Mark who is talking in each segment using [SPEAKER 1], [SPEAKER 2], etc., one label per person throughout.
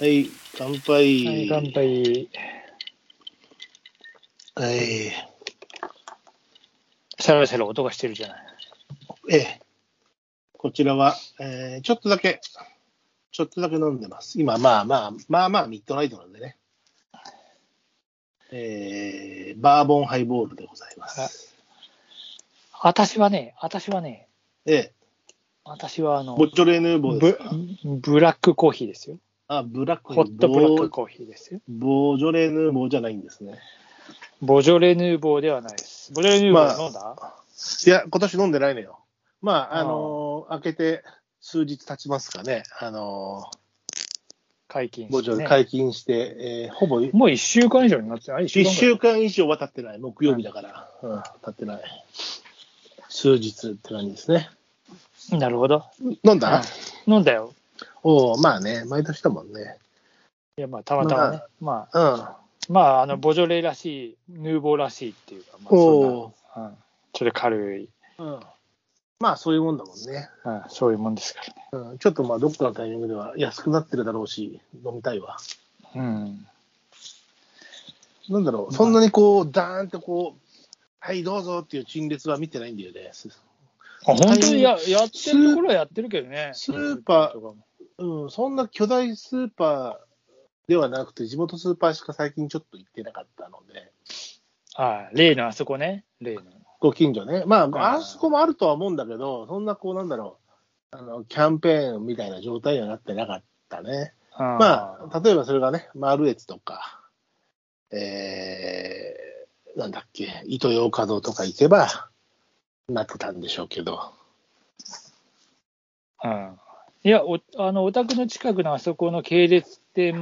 [SPEAKER 1] はい、乾杯。
[SPEAKER 2] はい、乾杯。
[SPEAKER 1] はい。
[SPEAKER 2] さらさら音がしてるじゃない。
[SPEAKER 1] ええ。こちらは、えーちょっとだけ、ちょっとだけ飲んでます。今、まあまあ、まあまあ、ミッドナイトなんでね。えーバーボンハイボールでございます。
[SPEAKER 2] 私はね、私はね、
[SPEAKER 1] ええ。
[SPEAKER 2] 私はあの、
[SPEAKER 1] ボッチョレーヌーボーです
[SPEAKER 2] ブ
[SPEAKER 1] か
[SPEAKER 2] ブラックコーヒーですよ。
[SPEAKER 1] あ、ブラック
[SPEAKER 2] ホットブラッ
[SPEAKER 1] ボ
[SPEAKER 2] ク
[SPEAKER 1] ー
[SPEAKER 2] コーヒーですよ。
[SPEAKER 1] ボージョレーヌーボーじゃないんですね。
[SPEAKER 2] ボジョレ・ヌーボーではないです。ボジョレ・ヌーボー飲んだ、
[SPEAKER 1] いや、今年飲んでないのよ。まあ、あのー開けて数日経ちますかね。あの
[SPEAKER 2] 解禁
[SPEAKER 1] ー、ボー
[SPEAKER 2] し
[SPEAKER 1] ジ
[SPEAKER 2] て、
[SPEAKER 1] ョレ
[SPEAKER 2] ね。
[SPEAKER 1] 解禁して、えーほぼ
[SPEAKER 2] もう1週間以上になってない
[SPEAKER 1] 一
[SPEAKER 2] 間
[SPEAKER 1] 週間以上は経ってない、木曜日だから、うん、経ってない、数日って感じですね。
[SPEAKER 2] ぐらいなるほど。
[SPEAKER 1] 飲んだ、
[SPEAKER 2] 飲んだよ。
[SPEAKER 1] おお、まあね、毎年だもんね。
[SPEAKER 2] いや、まあ、たまたまね。まあ、
[SPEAKER 1] うん。
[SPEAKER 2] まあ、あの、ボジョレらしい、ヌーボーらしいっていうか、まあ、
[SPEAKER 1] お
[SPEAKER 2] そんな、うん、ちょっと軽い、
[SPEAKER 1] お、うん。まあ、そういうもんだもんね。
[SPEAKER 2] うん、そういうもんですからね。
[SPEAKER 1] うん、ちょっとまあ、どっかのタイミングでは安くなってるだろうし、飲みたいわ。
[SPEAKER 2] うん。
[SPEAKER 1] なんだろう、そんなにこう、ダーンとこう、はい、どうぞっていう陳列は見てないんだよね。す
[SPEAKER 2] あ本当にややってるところはやってるけどね。
[SPEAKER 1] スーパー
[SPEAKER 2] とかも
[SPEAKER 1] うん、そんな巨大スーパーではなくて、地元スーパーしか最近ちょっと行ってなかったので。
[SPEAKER 2] ああ例のあそこね。例の。
[SPEAKER 1] ご近所ね。ま
[SPEAKER 2] ん
[SPEAKER 1] あ、あそこもあるとは思うんだけど、そんなこう、なんだろう、あの、キャンペーンみたいな状態にはなってなかったね。
[SPEAKER 2] あ
[SPEAKER 1] まあ、例えばそれがね、マルエツとか、えー、なんだっけ、糸洋華堂とか行けば、なってたんでしょうけど。
[SPEAKER 2] あ、うん。いや、おあのお宅の近くのあそこの系列店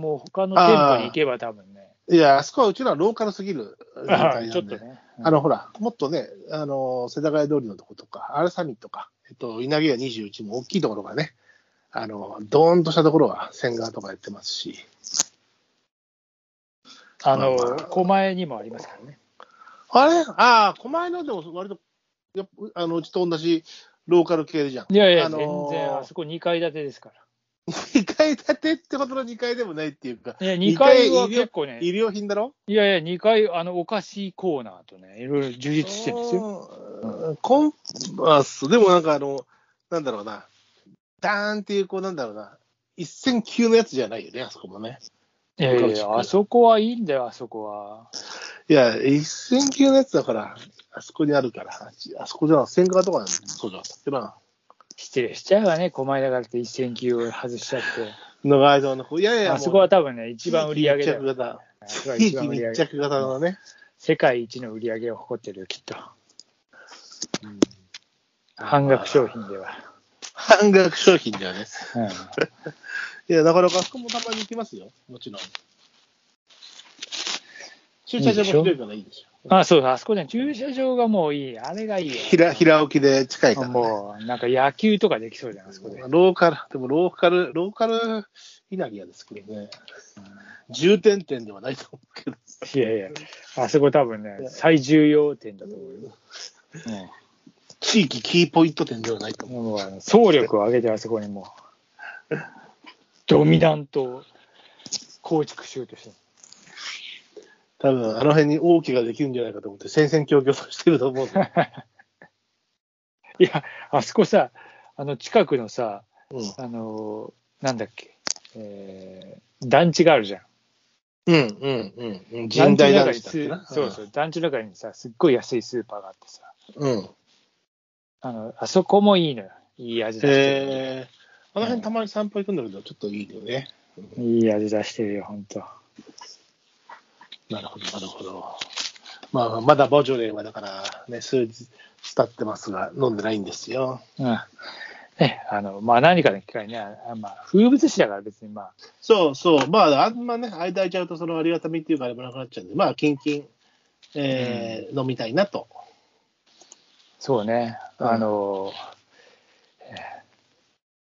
[SPEAKER 2] も他の店舗に行けば多分ね。
[SPEAKER 1] いや、あそこはうちらはローカルすぎる状態なん
[SPEAKER 2] あ
[SPEAKER 1] で。
[SPEAKER 2] ちょっとね。
[SPEAKER 1] あの、ほら、もっとね、あの、世田谷通りのとことか、アルサミとか、えっと、稲毛屋21も大きいところがね、あの、ドーンとしたところは、千川とかやってますし、
[SPEAKER 2] あの、
[SPEAKER 1] まあまあ
[SPEAKER 2] 狛江にもありますからね。
[SPEAKER 1] あれああ、狛江のでも割と、やっぱあの、うちと同じローカル系じゃん。
[SPEAKER 2] いやいや、
[SPEAKER 1] あのー
[SPEAKER 2] 全然、あそこ2階建てですか
[SPEAKER 1] 2階建てってことの2階でもないっていうか、
[SPEAKER 2] ら。いや、
[SPEAKER 1] 二
[SPEAKER 2] 2
[SPEAKER 1] 階
[SPEAKER 2] 階は結構ね、
[SPEAKER 1] 衣料品だろ
[SPEAKER 2] いやいや、2階、あの、お菓子コーナーとね、いろいろ充実してるんですよ。
[SPEAKER 1] うんコンパス、でもなんかあの、なんだろうな、ダーンっていう、こう、なんだろうな、一線級のやつじゃないよね、あそこもね。
[SPEAKER 2] いやいや、あそこはいいんだよ、あそこは。
[SPEAKER 1] いや、一線級のやつだから、あそこにあるから、ああそこじゃな、線川とかなんそうじゃなかったっけな。
[SPEAKER 2] 失礼しちゃうわね、狛江だからって一線級を外しちゃって。
[SPEAKER 1] 野川沿いの方、いやいや、
[SPEAKER 2] あそこは多分ね、一
[SPEAKER 1] 一
[SPEAKER 2] 番売り上げだ
[SPEAKER 1] 密着
[SPEAKER 2] よ。
[SPEAKER 1] 型。
[SPEAKER 2] あそこが
[SPEAKER 1] 地
[SPEAKER 2] 一
[SPEAKER 1] 域
[SPEAKER 2] 番売り上
[SPEAKER 1] 密
[SPEAKER 2] げ
[SPEAKER 1] 着型のね。
[SPEAKER 2] 世界一の売り上げを誇ってるよ、きっと。半額商品では。
[SPEAKER 1] 半額商品だよね。
[SPEAKER 2] うん、
[SPEAKER 1] いや、なかなかあそこもたまに行きますよ、もちろん。駐車場も広いからいいでしょ。
[SPEAKER 2] あ、そうだ、あそこね、駐車場がもういい。あれがいいよ。
[SPEAKER 1] 平平置きで近いから、ね。
[SPEAKER 2] もう、なんか野球とかできそうじゃん、あそこで。
[SPEAKER 1] ローカル、でもローカル、ローカル稲荷屋ですけどね。重点店ではないと思うけど。
[SPEAKER 2] いやいや、あそこ多分ね、最重要点だと思うよ。
[SPEAKER 1] 地域キーポイント店ではないと
[SPEAKER 2] うん
[SPEAKER 1] 思う。
[SPEAKER 2] もうあの総力を上げて、あそこにもう、 ドミナントを構築しようとしてる
[SPEAKER 1] 多分あの辺に大きができるんじゃないかと思って戦々恐々としてると思うん だ
[SPEAKER 2] いや、あそこさ、あの近くのさ、
[SPEAKER 1] けど。
[SPEAKER 2] あのーなんだっけ、えー団地があるじゃん。
[SPEAKER 1] うん、うん、うん、うん。
[SPEAKER 2] 団
[SPEAKER 1] 人
[SPEAKER 2] 地
[SPEAKER 1] 材
[SPEAKER 2] の
[SPEAKER 1] だ
[SPEAKER 2] 中
[SPEAKER 1] し
[SPEAKER 2] に
[SPEAKER 1] たっ
[SPEAKER 2] す
[SPEAKER 1] けな。
[SPEAKER 2] そうそう、団地の中にさ、すっごい安いスーパーがあってさ、
[SPEAKER 1] うん。うん。
[SPEAKER 2] あのあそこもいいのよ。いい味出してるよ。
[SPEAKER 1] えー、あの辺たまに散歩行くんだけど、ちょっといいよね。
[SPEAKER 2] いい味出してるよ、ほんと。
[SPEAKER 1] なるほど、なるほど。まあ、まだボジョレーはだから、ね、数日経ってますが、飲んでないんですよ。
[SPEAKER 2] うん。ね、あの、まあ何かの機会ね、あまあ風物詩だから別にまあ、
[SPEAKER 1] そうそう、まあ、あんまね、間空いちゃうと、そのありがたみっていうか、あれもなくなっちゃうんで、まあ、キンキン、えー飲みたいなと。
[SPEAKER 2] そうね、
[SPEAKER 1] うん
[SPEAKER 2] あの、えー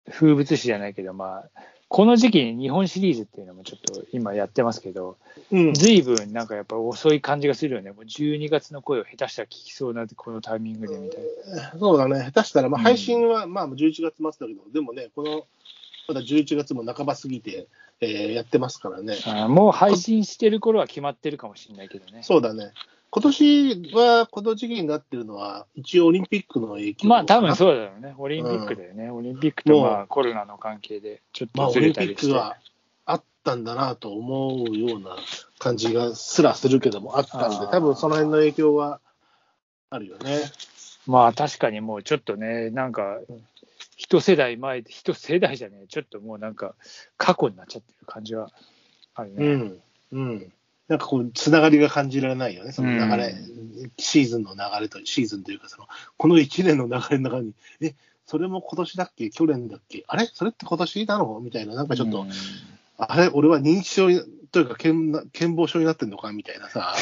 [SPEAKER 2] 風物詩じゃないけど、まあ、この時期に日本シリーズっていうのもちょっと今やってますけど、
[SPEAKER 1] うん
[SPEAKER 2] ずいぶんなんかやっぱ遅い感じがするよね。もう12月の声を下手したら聞きそうなこのタイミングでみたいな。
[SPEAKER 1] そうだね、下手したら、まあ、
[SPEAKER 2] うん
[SPEAKER 1] 配信は、まあ、11月末だけど、でもね、このまだ11月も半ば過ぎて、えーやってますからね。
[SPEAKER 2] あーもう配信してる頃は決まってるかもしれないけどね。
[SPEAKER 1] そうだね。今年は、この時期になってるのは、一応オリンピックの影響
[SPEAKER 2] まあ多分
[SPEAKER 1] う。
[SPEAKER 2] そうだろうね。オリンピックだよね。オリンピック
[SPEAKER 1] も
[SPEAKER 2] と
[SPEAKER 1] う
[SPEAKER 2] まあコロナの関係でちょっ
[SPEAKER 1] まあ、
[SPEAKER 2] と
[SPEAKER 1] オ
[SPEAKER 2] ず
[SPEAKER 1] リ
[SPEAKER 2] れ
[SPEAKER 1] ンピ
[SPEAKER 2] たり
[SPEAKER 1] ック
[SPEAKER 2] して。
[SPEAKER 1] はあったんだなと思うような感じがすらするけども、あったんで、
[SPEAKER 2] あー
[SPEAKER 1] 多分その辺の影響はあるよね。
[SPEAKER 2] まあ確かにもうちょっとね、なんか一世代前、一世代じゃねえ、ちょっともうなんか過去になっちゃってる感じはあるね。
[SPEAKER 1] うん。うん。なんかこう、つながりが感じられないよね、その流れ、シーズンの流れと、シーズンというか、その、この1年の流れの中に、え、それも今年だっけ、去年だっけ、あれそれって今年なのみたいな、なんかちょっと、
[SPEAKER 2] うん
[SPEAKER 1] あれ、俺は認知症にというか健な、健忘症になってんのかみたいな さ。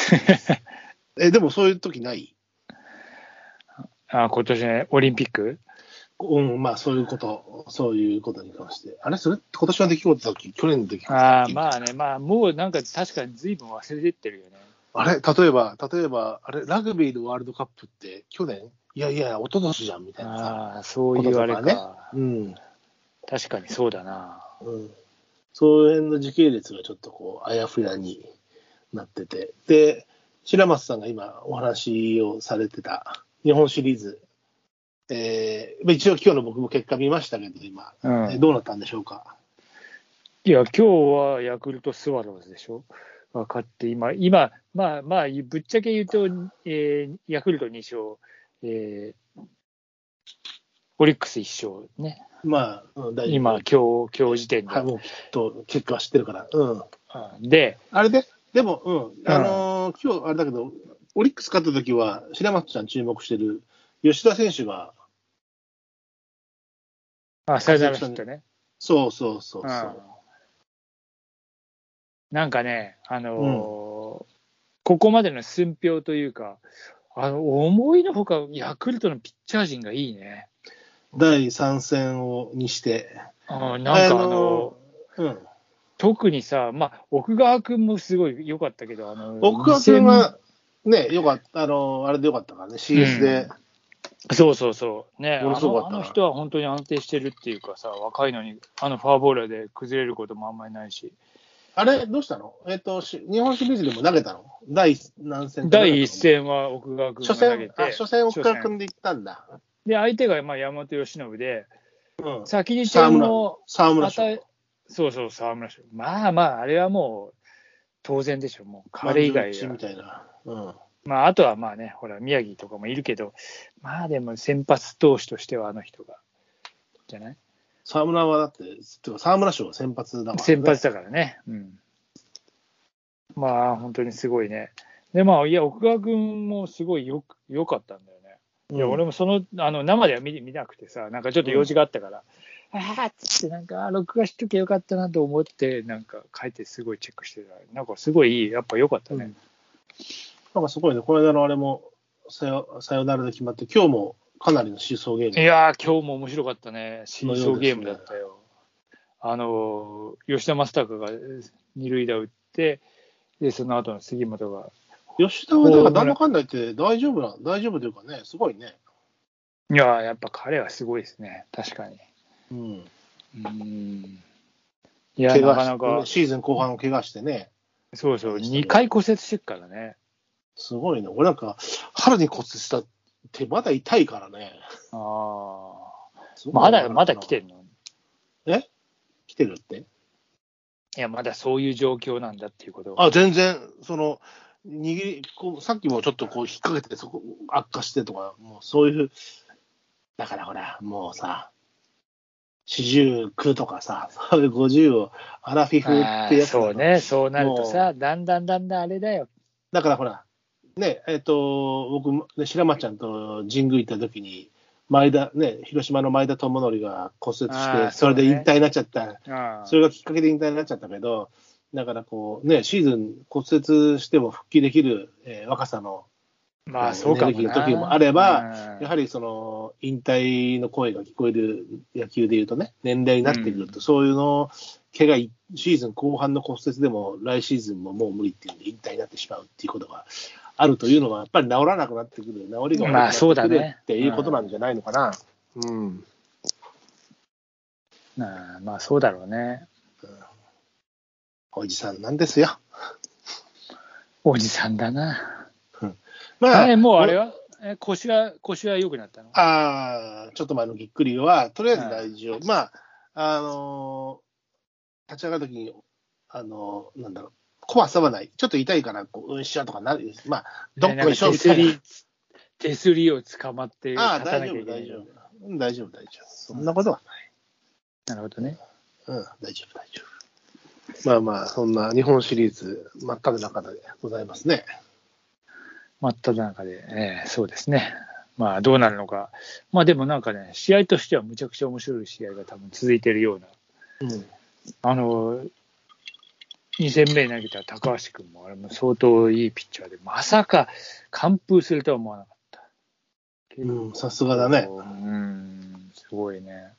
[SPEAKER 1] え、でもそういう時ない
[SPEAKER 2] あ今年ね、オリンピック
[SPEAKER 1] うん、まあそういうこと、そういうことに関して。あれ、それって今年の出来事だっけ去年の出来事だ
[SPEAKER 2] あ
[SPEAKER 1] っ
[SPEAKER 2] あ
[SPEAKER 1] け
[SPEAKER 2] まあね、まあもうなんか確かに随分忘れてってるよね。
[SPEAKER 1] あれ、例えば、例えば、あれ、ラグビーのワールドカップって去年いやいや、一昨年じゃん、みたいなさ。
[SPEAKER 2] ああ、そういうあれか。
[SPEAKER 1] こととうん。
[SPEAKER 2] 確かにそうだな。
[SPEAKER 1] うん。そういう辺の時系列がちょっとこう、あやふやになってて。で、白松さんが今お話をされてた日本シリーズ。えー、まあ一応今日の僕も結果見ましたけど、今、
[SPEAKER 2] うん
[SPEAKER 1] えどうなったんでしょうか。
[SPEAKER 2] いや、今日はヤクルトスワローズでしょ。分かって、今、今、まあまあ、ぶっちゃけ言うと、えーヤクルト2勝、えーオリックス1勝ね。
[SPEAKER 1] まあ、うん、大丈夫。
[SPEAKER 2] 今、今日、今日時点で。
[SPEAKER 1] はい、もうきっと結果は知ってるから。うん。
[SPEAKER 2] で、
[SPEAKER 1] あれで、でも、うん、あのー今日あれだけど、オリックス勝った時は、白松ちゃん注目してる吉田選手が、
[SPEAKER 2] あ、サヨナラヒットね。
[SPEAKER 1] そうそうそうそう。
[SPEAKER 2] うんなんかね、あのーここまでの寸評というか、あの思いのほか、ヤクルトのピッチャー陣がいいね。
[SPEAKER 1] 第3戦をにして、
[SPEAKER 2] あーなんかあの
[SPEAKER 1] あのーうん、
[SPEAKER 2] 特にさ、まあ、奥川君もすごい良かったけど、あの
[SPEAKER 1] 奥川君は、ね、よかった、あの、あれでよかったからね、CS で、
[SPEAKER 2] 2000そうそうそう、ねあ
[SPEAKER 1] ものすごか
[SPEAKER 2] の、
[SPEAKER 1] っ
[SPEAKER 2] あ
[SPEAKER 1] たな
[SPEAKER 2] の人は本当に安定してるっていうかさ、若いのに、あのフォアボールで崩れることもあんまりないし、
[SPEAKER 1] あれ、どうしたのえっ、と、し日本シリーズでも投げたの第何戦か投げたの
[SPEAKER 2] 第一戦は奥川君が
[SPEAKER 1] 初
[SPEAKER 2] 投げ
[SPEAKER 1] 戦
[SPEAKER 2] て、、
[SPEAKER 1] あ初戦奥川
[SPEAKER 2] 初戦
[SPEAKER 1] 君で行ったんだ。
[SPEAKER 2] で相手がまあ山本由伸で、
[SPEAKER 1] うん。
[SPEAKER 2] 先に
[SPEAKER 1] 沢
[SPEAKER 2] 点
[SPEAKER 1] 村
[SPEAKER 2] を、、
[SPEAKER 1] 沢村
[SPEAKER 2] ま
[SPEAKER 1] 賞
[SPEAKER 2] た、そうそう、沢村賞、まあまあ、あれはもう当然でしょ、もう
[SPEAKER 1] 満場
[SPEAKER 2] 彼以外
[SPEAKER 1] 一致
[SPEAKER 2] は
[SPEAKER 1] み。たいな。うん。
[SPEAKER 2] まあ、あとはまあね、ほら、宮城とかもいるけど、まあでも先発投手としてはあの人が、じゃない
[SPEAKER 1] 沢村はだって、てか沢村賞は先発だから、ね。
[SPEAKER 2] 先発だからね。うん。まあ、本当にすごいね。で、まあ、いや、奥川君もすごいよく、良かったんだよね。
[SPEAKER 1] うん。
[SPEAKER 2] いや、俺もその、あの、生では見見なくてさ、なんかちょっと用事があったから、ああっつって、なんか、あー録画しときゃよかったなと思って、なんか、書いてすごいチェックしてた。なんか、すごいいい、やっぱ良かった
[SPEAKER 1] うん
[SPEAKER 2] ね。
[SPEAKER 1] なんかすごいね、この間のあれも、さよさよならで決まって、今日もかなりのシーソーゲーム。
[SPEAKER 2] いやー、今日も面白かったね、シーソーゲームだっ
[SPEAKER 1] そ
[SPEAKER 2] たよ。あのー吉田正尚がえー二塁打打って、でその後の杉本が、
[SPEAKER 1] 吉田はなんか何もかんないって大丈夫な、大丈夫というかね、すごいね。
[SPEAKER 2] いやー、やっぱ彼はすごいですね、確かに。
[SPEAKER 1] うん。
[SPEAKER 2] うーんいや、
[SPEAKER 1] 怪
[SPEAKER 2] な
[SPEAKER 1] 我
[SPEAKER 2] かなか
[SPEAKER 1] し、シーズン後半を怪我してね、
[SPEAKER 2] そうそう、2回骨折してるからね。
[SPEAKER 1] すごいね。俺なんか、春に骨折したって、まだ痛いからね。
[SPEAKER 2] あ
[SPEAKER 1] すごい
[SPEAKER 2] あ、まだまだ来て
[SPEAKER 1] る。
[SPEAKER 2] るの
[SPEAKER 1] 来てるって。
[SPEAKER 2] いや、まだそういう状況なんだっていうこと
[SPEAKER 1] あ、全然、その、握りこう、さっきもちょっとこう引っ掛けて、そこ悪化してとか、もうそういう、だからほら、もうさ、49とかさ、そういう50をアラフィフ
[SPEAKER 2] あ
[SPEAKER 1] って
[SPEAKER 2] ー
[SPEAKER 1] やつだと
[SPEAKER 2] そうね、そうなるとさ、だんだんだんだんあれだよ。
[SPEAKER 1] だからほら、ね、えっ、と、僕も、ね、白松ちゃんと神宮行った時に、前田、ね、広島の前田智則が骨折
[SPEAKER 2] あ
[SPEAKER 1] して、
[SPEAKER 2] ー
[SPEAKER 1] それで
[SPEAKER 2] そう
[SPEAKER 1] 引
[SPEAKER 2] ね
[SPEAKER 1] 退になっちゃった。そ,、
[SPEAKER 2] あー
[SPEAKER 1] れがきっかけで引退になっちゃったけど、だからこう、ね、シーズン骨折しても復帰できる、えー若さの、
[SPEAKER 2] まあ、そうかも
[SPEAKER 1] エネルギ
[SPEAKER 2] な。
[SPEAKER 1] ーの時もあれば
[SPEAKER 2] うん
[SPEAKER 1] やはりその、引退の声が聞こえる野球でいうとね、年代になってくると、そういうの、怪我い、シーズン後半の骨折でも、来シーズンももう無理っていうんで、引退になってしまうっていうことがあるというのは、やっぱり治らなくなってくる、治りが悪く
[SPEAKER 2] ま
[SPEAKER 1] な
[SPEAKER 2] あ
[SPEAKER 1] って
[SPEAKER 2] そうだ
[SPEAKER 1] くる
[SPEAKER 2] ね
[SPEAKER 1] っていうことなんじゃないのかな。うん。
[SPEAKER 2] うんまあそうだろうね。
[SPEAKER 1] おじさんなんですよ。
[SPEAKER 2] おじさんだな。
[SPEAKER 1] ま
[SPEAKER 2] あれ
[SPEAKER 1] あ、
[SPEAKER 2] もうあれはえ腰は、腰は良くなったの
[SPEAKER 1] ああ、ちょっと前のぎっくりは、とりあえず大丈夫。まあ、あのー立ち上がるときに、あのーなんだろう、怖さはない。ちょっと痛いから、こう、うんしゃとかなる。まあ、どっこいしょ
[SPEAKER 2] 手
[SPEAKER 1] み
[SPEAKER 2] す
[SPEAKER 1] たい
[SPEAKER 2] り
[SPEAKER 1] な。、
[SPEAKER 2] 手すりを捕まって立
[SPEAKER 1] ああ、
[SPEAKER 2] たな
[SPEAKER 1] 大
[SPEAKER 2] きゃ
[SPEAKER 1] 丈
[SPEAKER 2] い
[SPEAKER 1] 夫、
[SPEAKER 2] けない
[SPEAKER 1] 大丈夫。うん、大丈夫、大丈夫。そんなことは
[SPEAKER 2] なるほどね。
[SPEAKER 1] ない。うん、大丈夫、大丈夫。まあまあ、そんな日本シリーズ、真っ只中でございますね。
[SPEAKER 2] 真っ只中で、ええそうですね。まあどうなるのか。まあでもなんかね、試合としてはむちゃくちゃ面白い試合が多分続いてるような。
[SPEAKER 1] うん。
[SPEAKER 2] あの、2戦目に投げた高橋君も、あれも相当いいピッチャーで、まさか完封するとは思わなかった。
[SPEAKER 1] うん、さすがだね。
[SPEAKER 2] うん、すごいね。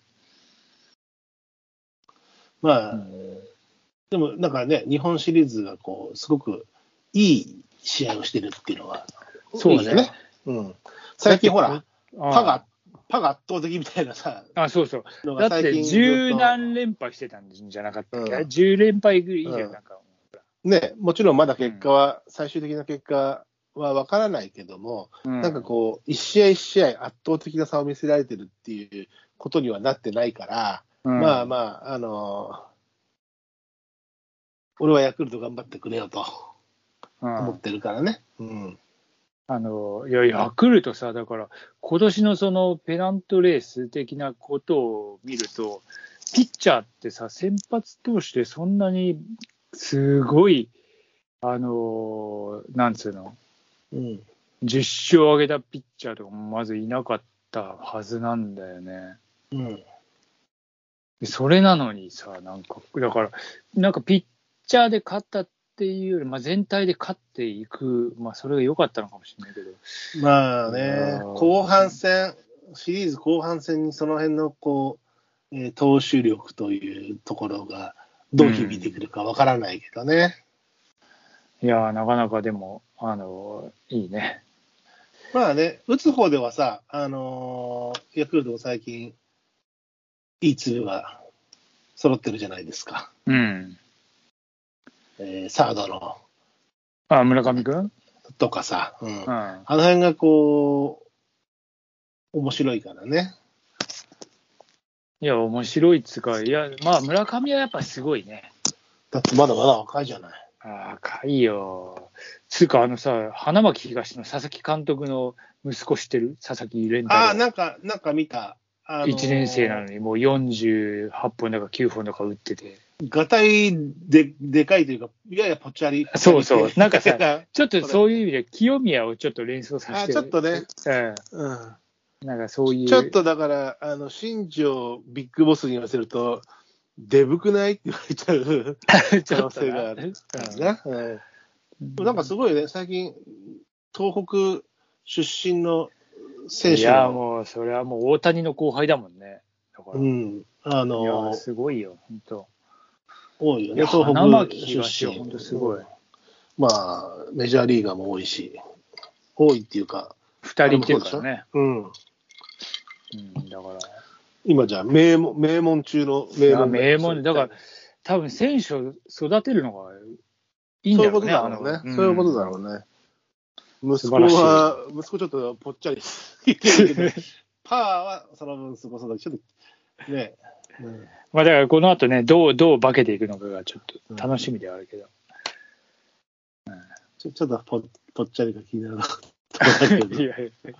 [SPEAKER 1] まあ、
[SPEAKER 2] うん
[SPEAKER 1] でもなんかね、日本シリーズがこう、すごくいい試合をしてるっていうのは、
[SPEAKER 2] そ
[SPEAKER 1] い
[SPEAKER 2] うだね
[SPEAKER 1] いよね。うん、最近ほら、パ
[SPEAKER 2] あ
[SPEAKER 1] が、パが圧倒的みたいなさ、
[SPEAKER 2] ああ、そうそう。
[SPEAKER 1] の
[SPEAKER 2] だ
[SPEAKER 1] が
[SPEAKER 2] っ
[SPEAKER 1] 最
[SPEAKER 2] て
[SPEAKER 1] 近
[SPEAKER 2] 十
[SPEAKER 1] ずっと
[SPEAKER 2] 何連敗してたんじゃなかったっけ、
[SPEAKER 1] うん
[SPEAKER 2] ?10 連敗ぐらいじゃん、
[SPEAKER 1] うん
[SPEAKER 2] なんか。
[SPEAKER 1] ね、もちろんまだ結果は、最終的な結果は分からないけども、なんかこう、一試合一試合圧倒的な差を見せられてるっていうことにはなってないから、
[SPEAKER 2] うん、
[SPEAKER 1] まあまあ、あのー俺はヤクルト頑張ってくれよと
[SPEAKER 2] あ、うん
[SPEAKER 1] 思ってるからね。うん。
[SPEAKER 2] あの、いや、ヤクルトさ、だから、今年のそのペナントレース的なことを見ると、ピッチャーってさ、先発投手でそんなに、すごい、あの、なんつうの、
[SPEAKER 1] うん。
[SPEAKER 2] 10勝上げたピッチャーとかもまずいなかったはずなんだよね。
[SPEAKER 1] うん。
[SPEAKER 2] でそれなのにさ、なんか、だから、なんかピッチャーで勝ったっていうより、まあ、全体で勝っていく、まあ、それが良かったのかもしれないけど、
[SPEAKER 1] まあね
[SPEAKER 2] あ、ー
[SPEAKER 1] 後半戦、シリーズ後半戦にその辺のこう、えー投手力というところがどう響いてくるかわからないけどね、
[SPEAKER 2] いやー、なかなかでも、あのーいいね。
[SPEAKER 1] まあね、打つ方ではさ、あのーヤクルトも最近、いい粒が揃ってるじゃないですか、
[SPEAKER 2] うん。
[SPEAKER 1] えーサードの
[SPEAKER 2] あ、村上くんうん。
[SPEAKER 1] とかさ、うん、あ
[SPEAKER 2] あ
[SPEAKER 1] の辺がこう、面白いからね。
[SPEAKER 2] いや、面白いっつうか、いや、まあ、村上はやっぱすごいね。
[SPEAKER 1] だってまだまだ若いじゃない。
[SPEAKER 2] ああ、かいよ。つうか、あのさ、花巻東の佐々木監督の息子してる佐々木蓮
[SPEAKER 1] ああ、
[SPEAKER 2] 太郎。
[SPEAKER 1] なんか、なんか見た。あのー
[SPEAKER 2] 1年生なのに、もう48本だか9本だか打ってて。
[SPEAKER 1] がたいででかいというか、いややぽっちゃり。
[SPEAKER 2] そう そうなんかさ
[SPEAKER 1] あ
[SPEAKER 2] ちょっとそういう意味で、清宮をちょっと連想させて
[SPEAKER 1] ちょっとね、
[SPEAKER 2] う
[SPEAKER 1] うん
[SPEAKER 2] ん。なんかそういう。
[SPEAKER 1] ちょっとだから、あの新庄ビッグボスに言わせると、デブくないって言われちゃう 可能性がある
[SPEAKER 2] うん
[SPEAKER 1] な。うんなんかすごいね、最近、東北出身の選
[SPEAKER 2] い
[SPEAKER 1] 手
[SPEAKER 2] や、
[SPEAKER 1] が、
[SPEAKER 2] もう、それはもう大谷の後輩だもんね。だから、
[SPEAKER 1] う
[SPEAKER 2] い
[SPEAKER 1] ん、あ
[SPEAKER 2] や、
[SPEAKER 1] の
[SPEAKER 2] すごいよ、本当。
[SPEAKER 1] 多いよ
[SPEAKER 2] い
[SPEAKER 1] ね、
[SPEAKER 2] や、
[SPEAKER 1] 東
[SPEAKER 2] 花
[SPEAKER 1] 北
[SPEAKER 2] 巻
[SPEAKER 1] 出
[SPEAKER 2] 東は
[SPEAKER 1] 身。
[SPEAKER 2] 本当すごい。
[SPEAKER 1] まあ、メジャーリーガーも多いし、多いっていうか、
[SPEAKER 2] 二人いてるからね。
[SPEAKER 1] うん、
[SPEAKER 2] うん、だから。
[SPEAKER 1] 今じゃあ名門、名門中の
[SPEAKER 2] い
[SPEAKER 1] 名
[SPEAKER 2] や
[SPEAKER 1] 門。
[SPEAKER 2] 名門だから、多分選手を育てるのがいいん
[SPEAKER 1] そう
[SPEAKER 2] だ
[SPEAKER 1] いうこと
[SPEAKER 2] ろうね。
[SPEAKER 1] だろうね
[SPEAKER 2] あ。の
[SPEAKER 1] そういうことだろうね。息子は、息子ちょっとぽっちゃりしてるけ どパワーはその分すごそうだけど、ちょっとね、うん
[SPEAKER 2] まあ、だからこの後ね、どう、どう化けていくのかがちょっと楽しみではあるけど。
[SPEAKER 1] ちょちょっとぽぽっちゃりが気になるなと思ったけ
[SPEAKER 2] い
[SPEAKER 1] ど。
[SPEAKER 2] やいや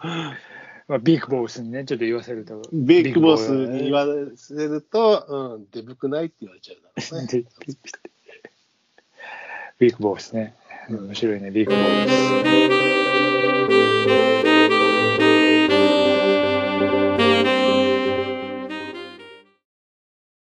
[SPEAKER 2] まあ、ビッグボスにね、ちょっと言わせると。
[SPEAKER 1] ビッグボスに言わせると、うん、デブくないって言われちゃうだろうね。
[SPEAKER 2] で ビッグボスね。面白いね、ビッグボス。